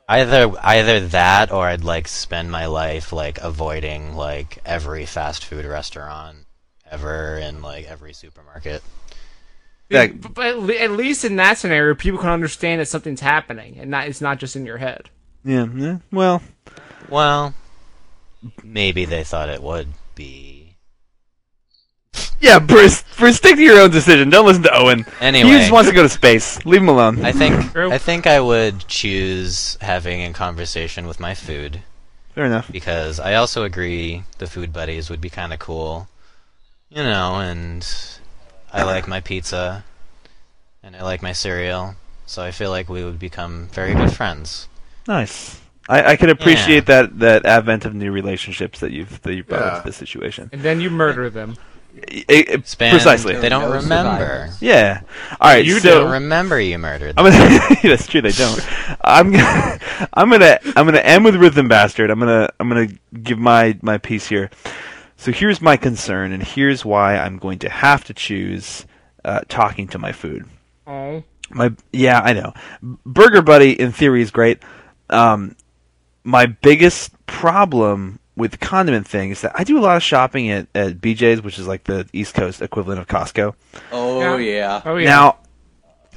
A: Either either that or I'd like spend my life like avoiding like every fast food restaurant ever and like every supermarket.
B: Like-
C: But- but at le- at least in that scenario, people can understand that something's happening and not it's not just in your head.
B: Yeah, yeah, well,
A: Well, maybe they thought it would be.
B: yeah, Bruce, Bruce, stick to your own decision. Don't listen to Owen.
A: Anyway.
B: he just wants to go to space. Leave him alone.
A: I think
C: True.
A: I think I would choose having a conversation with my food
B: Fair enough.
A: because I also agree the food buddies would be kind of cool. You know, and I like my pizza and I like my cereal, so I feel like we would become very good friends.
B: Nice. I, I can appreciate that, that advent of new relationships that you've that you brought
E: Yeah.
B: into this situation.
C: And then you murder them.
B: I- I-
A: Span,
B: precisely.
A: They don't
D: No
A: remember.
B: yeah. All right.
A: You
B: so,
A: don't remember you murdered them.
B: I'm gonna. [laughs] that's true. They don't. I'm gonna. [laughs] I'm gonna. I'm gonna end with rhythm bastard. I'm gonna. I'm gonna give my my piece here. So here's my concern, and here's why I'm going to have to choose uh, talking to my food.
C: Oh,
B: My yeah, I know. Burger Buddy in theory is great. Um, my biggest problem with the condiment thing is that I do a lot of shopping at, at BJ's, which is like the East Coast equivalent of Costco.
D: Oh
C: Yeah.
D: yeah.
C: oh yeah.
B: Now,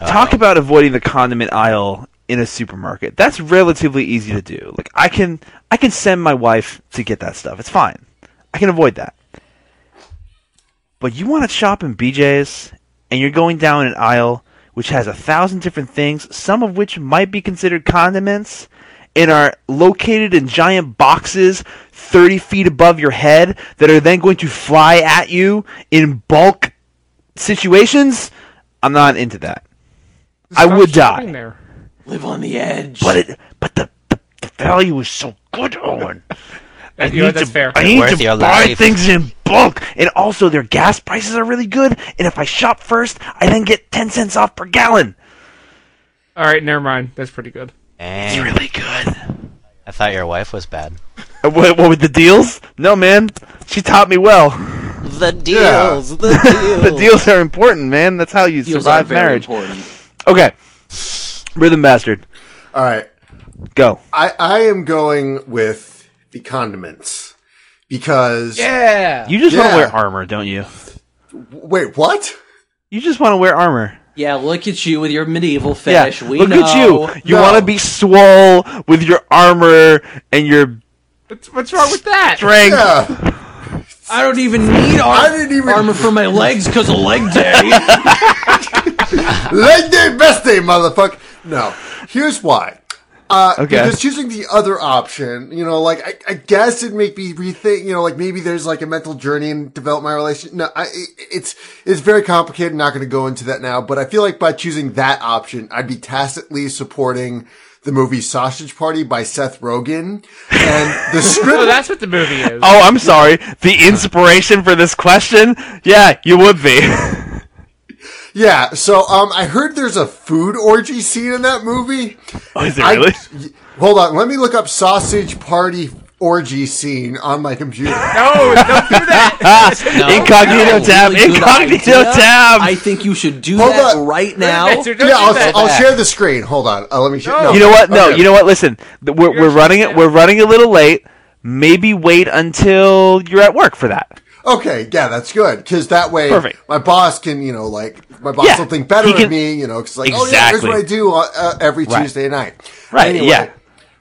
B: talk about avoiding the condiment aisle in a supermarket. That's relatively easy to do. Like I can I can send my wife to get that stuff. It's fine. I can avoid that. But you want to shop in BJ's and you're going down an aisle which has a thousand different things, some of which might be considered condiments and are located in giant boxes 30 feet above your head that are then going to fly at you in bulk situations, I'm not into that. I
C: Stop
B: would
C: shopping
B: die.
C: There.
D: Live on the edge.
B: But it, but the, the, the value is so good, Owen. I
C: you know,
B: need
C: that's
B: to,
C: fair.
B: I need
A: Worth
B: to
A: your
B: buy
A: life.
B: things in bulk, and also their gas prices are really good. And if I shop first, I then get ten cents off per gallon.
C: All right, never mind. That's pretty good.
B: It's
A: Dang,
B: really good.
A: I thought your wife was bad.
B: Uh, What, what with the deals? No, man. She taught me well. [laughs]
A: The deals, the deals.
B: The deals are important, man. That's how you
D: Feels
B: survive
D: like very
B: marriage.
D: important.
B: Okay. Rhythm bastard,
E: All right.
B: go.
E: I, I am going with the condiments because.
C: Yeah.
B: You just want to
E: Yeah.
B: wear armor, don't you?
E: Wait, what?
B: You just want to wear armor.
D: Yeah, look at you with your medieval fetish. We
B: Look
D: know.
B: at you. You
E: No.
B: want to be swole with your armor and your
C: what's, what's wrong with that?
B: strength.
E: Yeah.
D: I don't even need armor.
E: I didn't even-
D: armor for my legs because of leg day.
E: Leg day, best day, motherfucker. No. Here's why. Uh,
B: Okay.
E: Because choosing the other option, you know, like, I, I guess it make me rethink, you know, like maybe there's like a mental journey and develop my relation. No, I, it- it's, it's very complicated. I'm not going to go into that now, but I feel like by choosing that option, I'd be tacitly supporting the movie Sausage Party by Seth Rogen and the script.
C: Oh, that's what the movie is.
B: Oh, I'm sorry. The inspiration for this question? Yeah, you would be. [laughs]
E: Yeah, so um, I heard there's a food orgy scene in that movie.
B: Is it
E: I-
B: really?
E: Hold on, let me look up sausage party orgy scene on my
C: [laughs]
E: computer.
C: No, don't do that.
B: [laughs] Incognito tab.
D: Really good
B: Incognito
D: idea.
B: tab.
D: I think you should do
E: Hold
D: that
E: on.
D: right
C: Don't
D: now.
C: do
E: yeah,
C: that.
E: I'll, I'll share the screen. Hold on, uh, let me. Sh-
C: No.
E: no.
B: you know what? No,
E: Okay.
B: you know what? Listen, th- we're, we're running it. We're running a little late. Maybe wait until you're at work for that.
E: Okay, yeah, that's good because that way,
B: Perfect.
E: my boss can, you know, like my boss
B: Yeah,
E: will think better
B: he
E: of
B: can-
E: me, you know, because like, oh yeah, here's
B: Exactly.
E: what I do uh, uh, every
B: Right.
E: Tuesday night.
B: Right, yeah.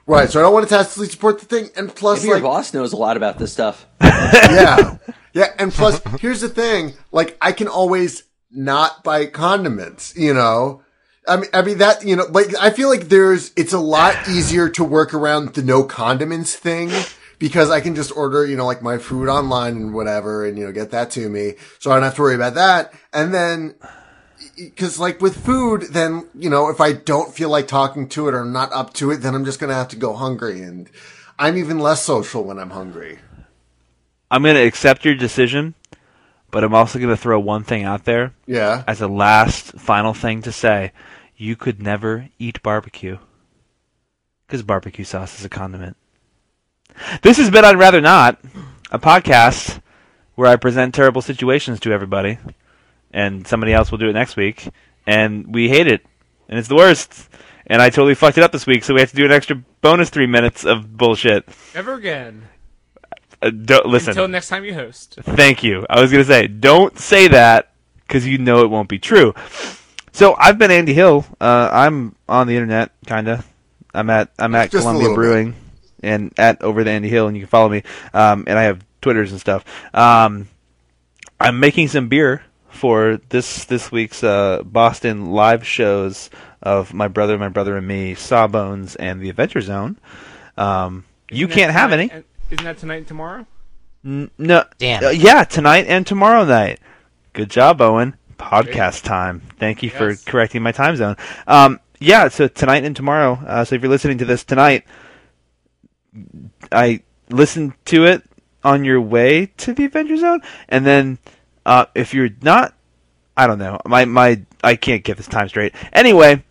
E: Right, so I don't want to tacitly support the thing, and plus,
D: Maybe your
E: like,
D: boss knows a lot about this stuff.
E: yeah. [laughs] Yeah. And plus, here's the thing. Like, I can always not buy condiments, you know? I mean, I mean that, you know, like, I feel like there's, it's a lot easier to work around the no condiments thing because I can just order, you know, like my food online and whatever and, you know, get that to me. So I don't have to worry about that. And then, because like with food, then, you know, if I don't feel like talking to it or I'm not up to it, then I'm just going to have to go hungry. And I'm even less social when I'm hungry.
B: I'm going to accept your decision, but I'm also going to throw one thing out there
E: Yeah.
B: as a last, final thing to say. You could never eat barbecue because barbecue sauce is a condiment. This has been on Rather Not, a podcast where I present terrible situations to everybody, and somebody else will do it next week, and we hate it, and it's the worst. and I totally fucked it up this week, so we had to do an extra bonus three minutes of bullshit.
C: Ever again.
B: Uh, don't, listen,
C: Until next time you host.
B: Thank you. I was going to say, don't say that because you know it won't be true. So I've been Andy Hill. Uh, I'm on the internet, kinda. I'm at I'm at
E: Just a
B: Columbia
E: little
B: Brewing and at over the Andy Hill, and you can follow me. Um, and I have Twitters and stuff. Um, I'm making some beer for this this week's uh, Boston live shows of my brother, my brother and me, Sawbones, and the Adventure Zone. Um, you
C: Isn't that
B: can't have
C: tonight
B: any.
C: and- Isn't that tonight and tomorrow?
B: No.
A: Damn.
B: Uh, yeah, tonight and tomorrow night. Good job, Owen. Podcast time. Thank you
C: Yes.
B: for correcting my time zone. Um, yeah, so tonight and tomorrow. Uh, so if you're listening to this tonight, I listen to it on your way to the Adventure Zone, and then uh, if you're not, I don't know. My my, I can't get this time straight. Anyway,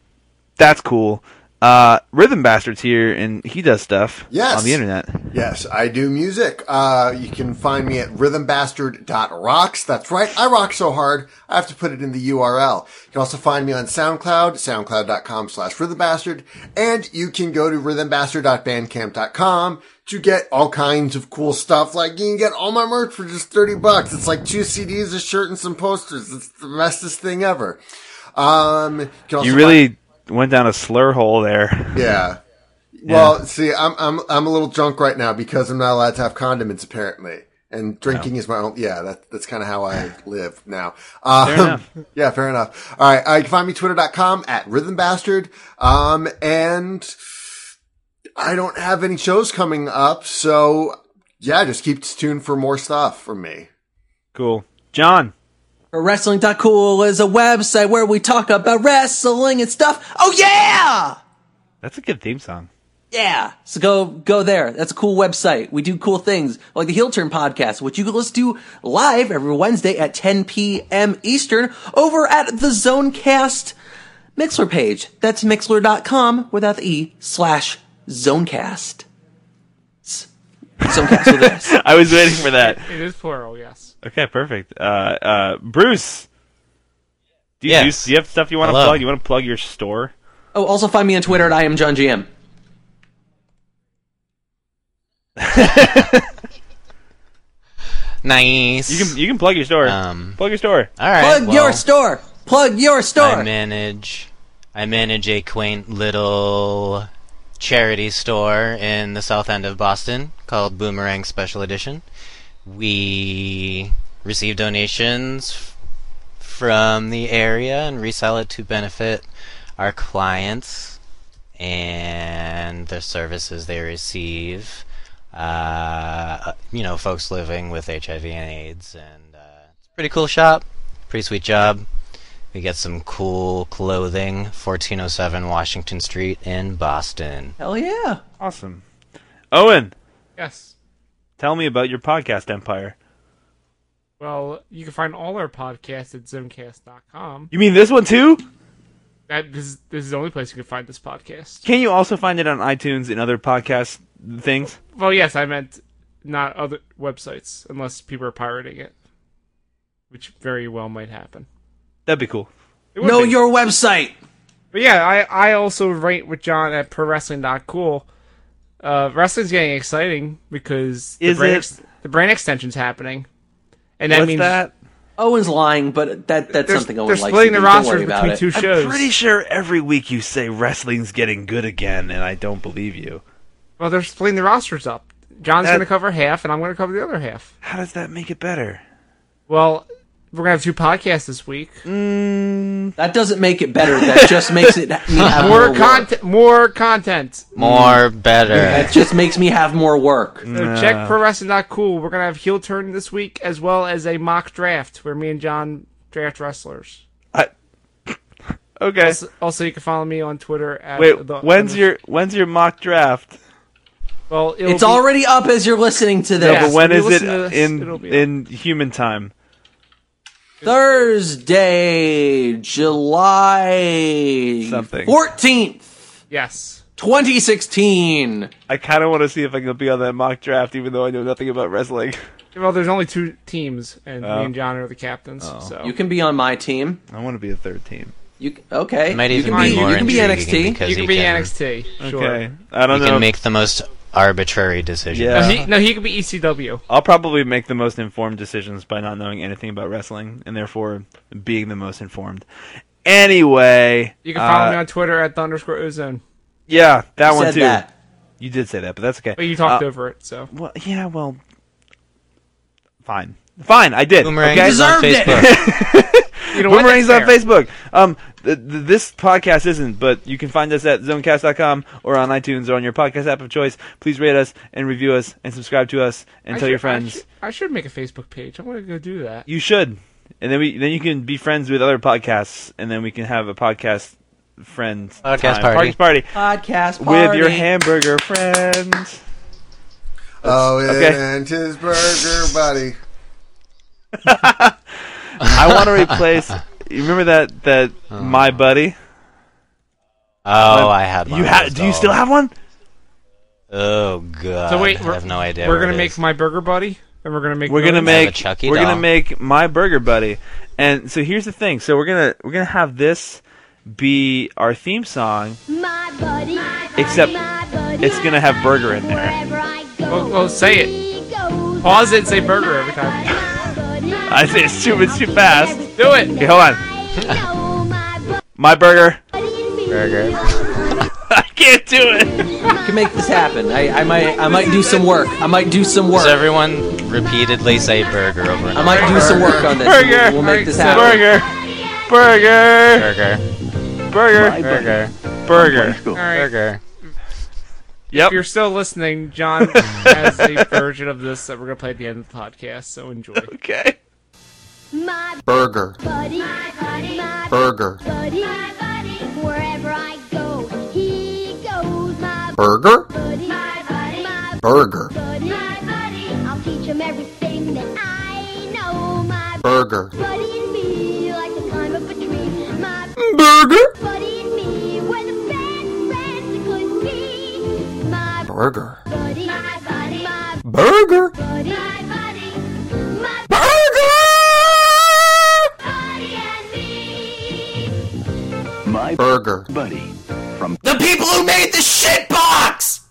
B: that's cool. Uh, Rhythm Bastard's here, and he does stuff
E: Yes.
B: on the internet.
E: Yes, I do music. Uh, you can find me at rhythmbastard.rocks. That's right. I rock so hard, I have to put it in the URL. You can also find me on SoundCloud, soundcloud.com slash rhythmbastard. And you can go to rhythmbastard.bandcamp.com to get all kinds of cool stuff. Like, you can get all my merch for just 30 bucks. It's like two CDs, a shirt, and some posters. It's the bestest thing ever. Um, can also
B: You
E: find-
B: really went down a slur hole there.
E: yeah. Well, see, I'm I'm I'm a little drunk right now because I'm not allowed to have condiments apparently, and
B: Oh.
E: drinking is my own. Yeah, that, that's kind of
B: [laughs]
E: how I live now. Um,
B: enough.
E: [laughs] Yeah, fair enough. All right, uh, you can find me twitter.com at rhythm bastard, um, and I don't have any shows coming up, so yeah, just keep tuned for more stuff from me.
B: Cool. John.
D: Wrestling.cool is a website where we talk about wrestling and stuff. Oh yeah!
B: That's a good theme song.
D: Yeah. So go go there. That's a cool website. We do cool things like the Heel Turn podcast, which you can listen to live every Wednesday at 10 p.m. Eastern over at the Zonecast Mixler page. That's mixler.com without the E slash Zonecast. S- Zonecast with us.
B: I was waiting for that.
C: It is plural, yes.
B: [laughs] Okay, perfect. Uh, uh, Bruce. Do you,
A: Yes.
B: do you have stuff you want to
A: Hello.
B: plug? You want to plug your store?
D: Oh, also find me on Twitter at I am John GM.
A: Nice.
B: You can you can plug your store.
A: Um,
B: plug your store.
A: All right.
D: Plug
A: well,
D: your store. Plug your
A: I
D: store.
A: manage. I manage a quaint little charity store in the south end of Boston called Boomerang Special Edition. We receive donations f- from the area and resell it to benefit our clients and the services they receive. Uh, you know, folks living with HIV and AIDS, and uh, it's a pretty cool shop. Pretty sweet job. We get some cool clothing. 1407 Washington Street in Boston.
D: Hell yeah.
B: Awesome. Owen,
C: Yes.
B: tell me about your podcast empire.
C: Well, you can find all our podcasts at zimcast.com.
B: You mean this one too?
C: That this is, this is the only place you can find this podcast.
B: Can you also find it on iTunes and other podcast things?
C: Well, yes, I meant not other websites, unless people are pirating it, which very well might happen.
B: That'd be cool.
C: It would
D: Know
C: be.
D: your website.
C: But yeah, I, I also write with John at ProWrestling.cool. Uh, wrestling's getting exciting because the
B: Is
C: brand,
B: it?
C: the brand extension's happening, and that
B: What's
C: means
B: that?
D: Owen's lying, but that that's
C: they're,
D: something
C: they're
D: Owen likes.
C: splitting the
D: to do. Don't
C: rosters
D: worry
C: between
D: about it.
C: two shows.
B: I'm pretty sure every week you say wrestling's getting good again, and I don't believe you.
C: well, they're splitting the rosters up. John's
B: That-
C: going to cover half, and I'm going to cover the other half.
B: How does that make it better?
C: Well, we're going to have two podcasts this week.
B: Mm.
D: That doesn't make it better. That just makes it me have more,
C: More
D: work.
C: content. More content.
A: More better.
D: That just makes me have more work.
C: So check pro wrestling cool. We're gonna have heel turn this week as well as a mock draft where me and John draft wrestlers.
B: I, okay.
C: Also, also, you can follow me on Twitter. At
B: Wait,
C: the-
B: when's
C: the-
B: your when's your mock draft?
C: Well, it'll
D: It's
C: be-
D: already up as you're listening
B: No,
D: to this.
B: but when
C: you
B: is it
C: listen to this, it'll
B: in
C: be
B: in human time?
D: Thursday, July
B: Something.
D: 14th,
C: yes.
D: 2016.
B: I kind of want to see if I can be on that mock draft, even though I know nothing about wrestling.
C: Well, there's only two teams, and
B: Oh.
C: me and John are the captains. So
D: You can be on my team.
B: I want to be a third team.
D: You c- okay?
A: might
D: you
A: even
D: can
A: be
D: be,
A: more
D: you can be
A: intriguing
D: NXT.
A: because
C: You can
A: he
C: be
A: can,
C: NXT. Sure.
B: Okay. I
A: he
B: don't know.
A: can make the most arbitrary decisions.
B: Yeah.
C: No, he, no, he could be E ECW.
B: I'll probably make the most informed decisions by not knowing anything about wrestling and therefore being the most informed. Anyway,
C: You can follow
B: uh,
C: me on Twitter at the underscore ozone.
B: Yeah, that
D: You
B: one
D: said
B: too.
D: that.
B: You did say that, but that's okay.
C: But you talked
B: Uh,
C: over it, so
B: Well, yeah, well, fine, fine. I did.
A: Boomerang
B: okay?
A: is on
D: Deserved it.
A: Facebook.
C: you know what?
B: Boomerang's on
C: That's fair.
B: Facebook. Um, th- th- this podcast isn't, but you can find us at zonecast.com or on iTunes or on your podcast app of choice. Please rate us and review us and subscribe to us and
C: I
B: tell
C: should-
B: your
C: I
B: friends.
C: should, I should make a Facebook page. I'm gonna go do that.
B: You should, and then we then you can be friends with other podcasts, and then we can have a podcast friend
A: Podcast
B: time.
A: party.
B: podcast party
D: Podcast
B: with your
D: party.
B: hamburger friends.
C: [laughs]
E: Oh,
B: okay.
E: and his burger, buddy.
B: I want to replace. You remember that that my buddy?
A: Oh, I had one.
B: You
A: of
B: ha-
A: those
B: Do you
A: dolls.
B: still have one?
A: Oh god.
C: So wait,
A: I
C: we're-
A: have no idea.
C: We're
A: where
C: gonna
A: it
C: make
A: is.
C: my burger buddy, and we're gonna make.
B: We're gonna
C: millions.
A: have a
B: make
A: Chucky
B: we're
A: doll.
B: gonna make my burger buddy, and so here's the thing. So we're gonna we're gonna have this be our theme song. [laughs]
F: My buddy.
B: Except
F: My buddy.
B: It's gonna have burger in there.
F: Wherever I go,
C: Well, well, say it.
F: he goes.
C: Pause it and say burger every time.
F: My
B: [laughs]
F: buddy.
B: I say it's too it's too fast.
C: Do it.
B: Okay, hold on.
F: I know my
B: My burger. [laughs]
F: buddy.
A: Burger.
B: I can't do it.
D: You can make this happen. I, I might I might do some work. I might do some
A: Does
D: work.
A: everyone repeatedly say burger over and
D: I
A: over?
D: might do some work on this.
B: Burger.
D: We'll make this happen.
B: Burger. [laughs]
A: burger.
B: Burger. Burger.
A: Burger.
B: Burger.
C: All right.
A: Burger.
B: Yep.
C: If you're still
B: [laughs]
C: listening, John has a version of this that we're gonna play at the end of the podcast. So enjoy.
B: Okay.
F: My
E: Burger,
F: buddy. My buddy. My
E: burger,
F: buddy. My buddy. Wherever I go, he goes. My
E: burger,
F: buddy. My buddy. My
E: burger,
F: buddy. My buddy. I'll teach him everything that I know. My
E: burger,
F: buddy and me like the climb up a tree. My
E: burger,
F: buddy and me were the best friends that could be. My
E: burger,
F: buddy, my buddy, my
E: burger,
F: buddy, my buddy, my
E: burger,
F: buddy and me.
E: burger.
G: buddy.
D: The people who made the shit box.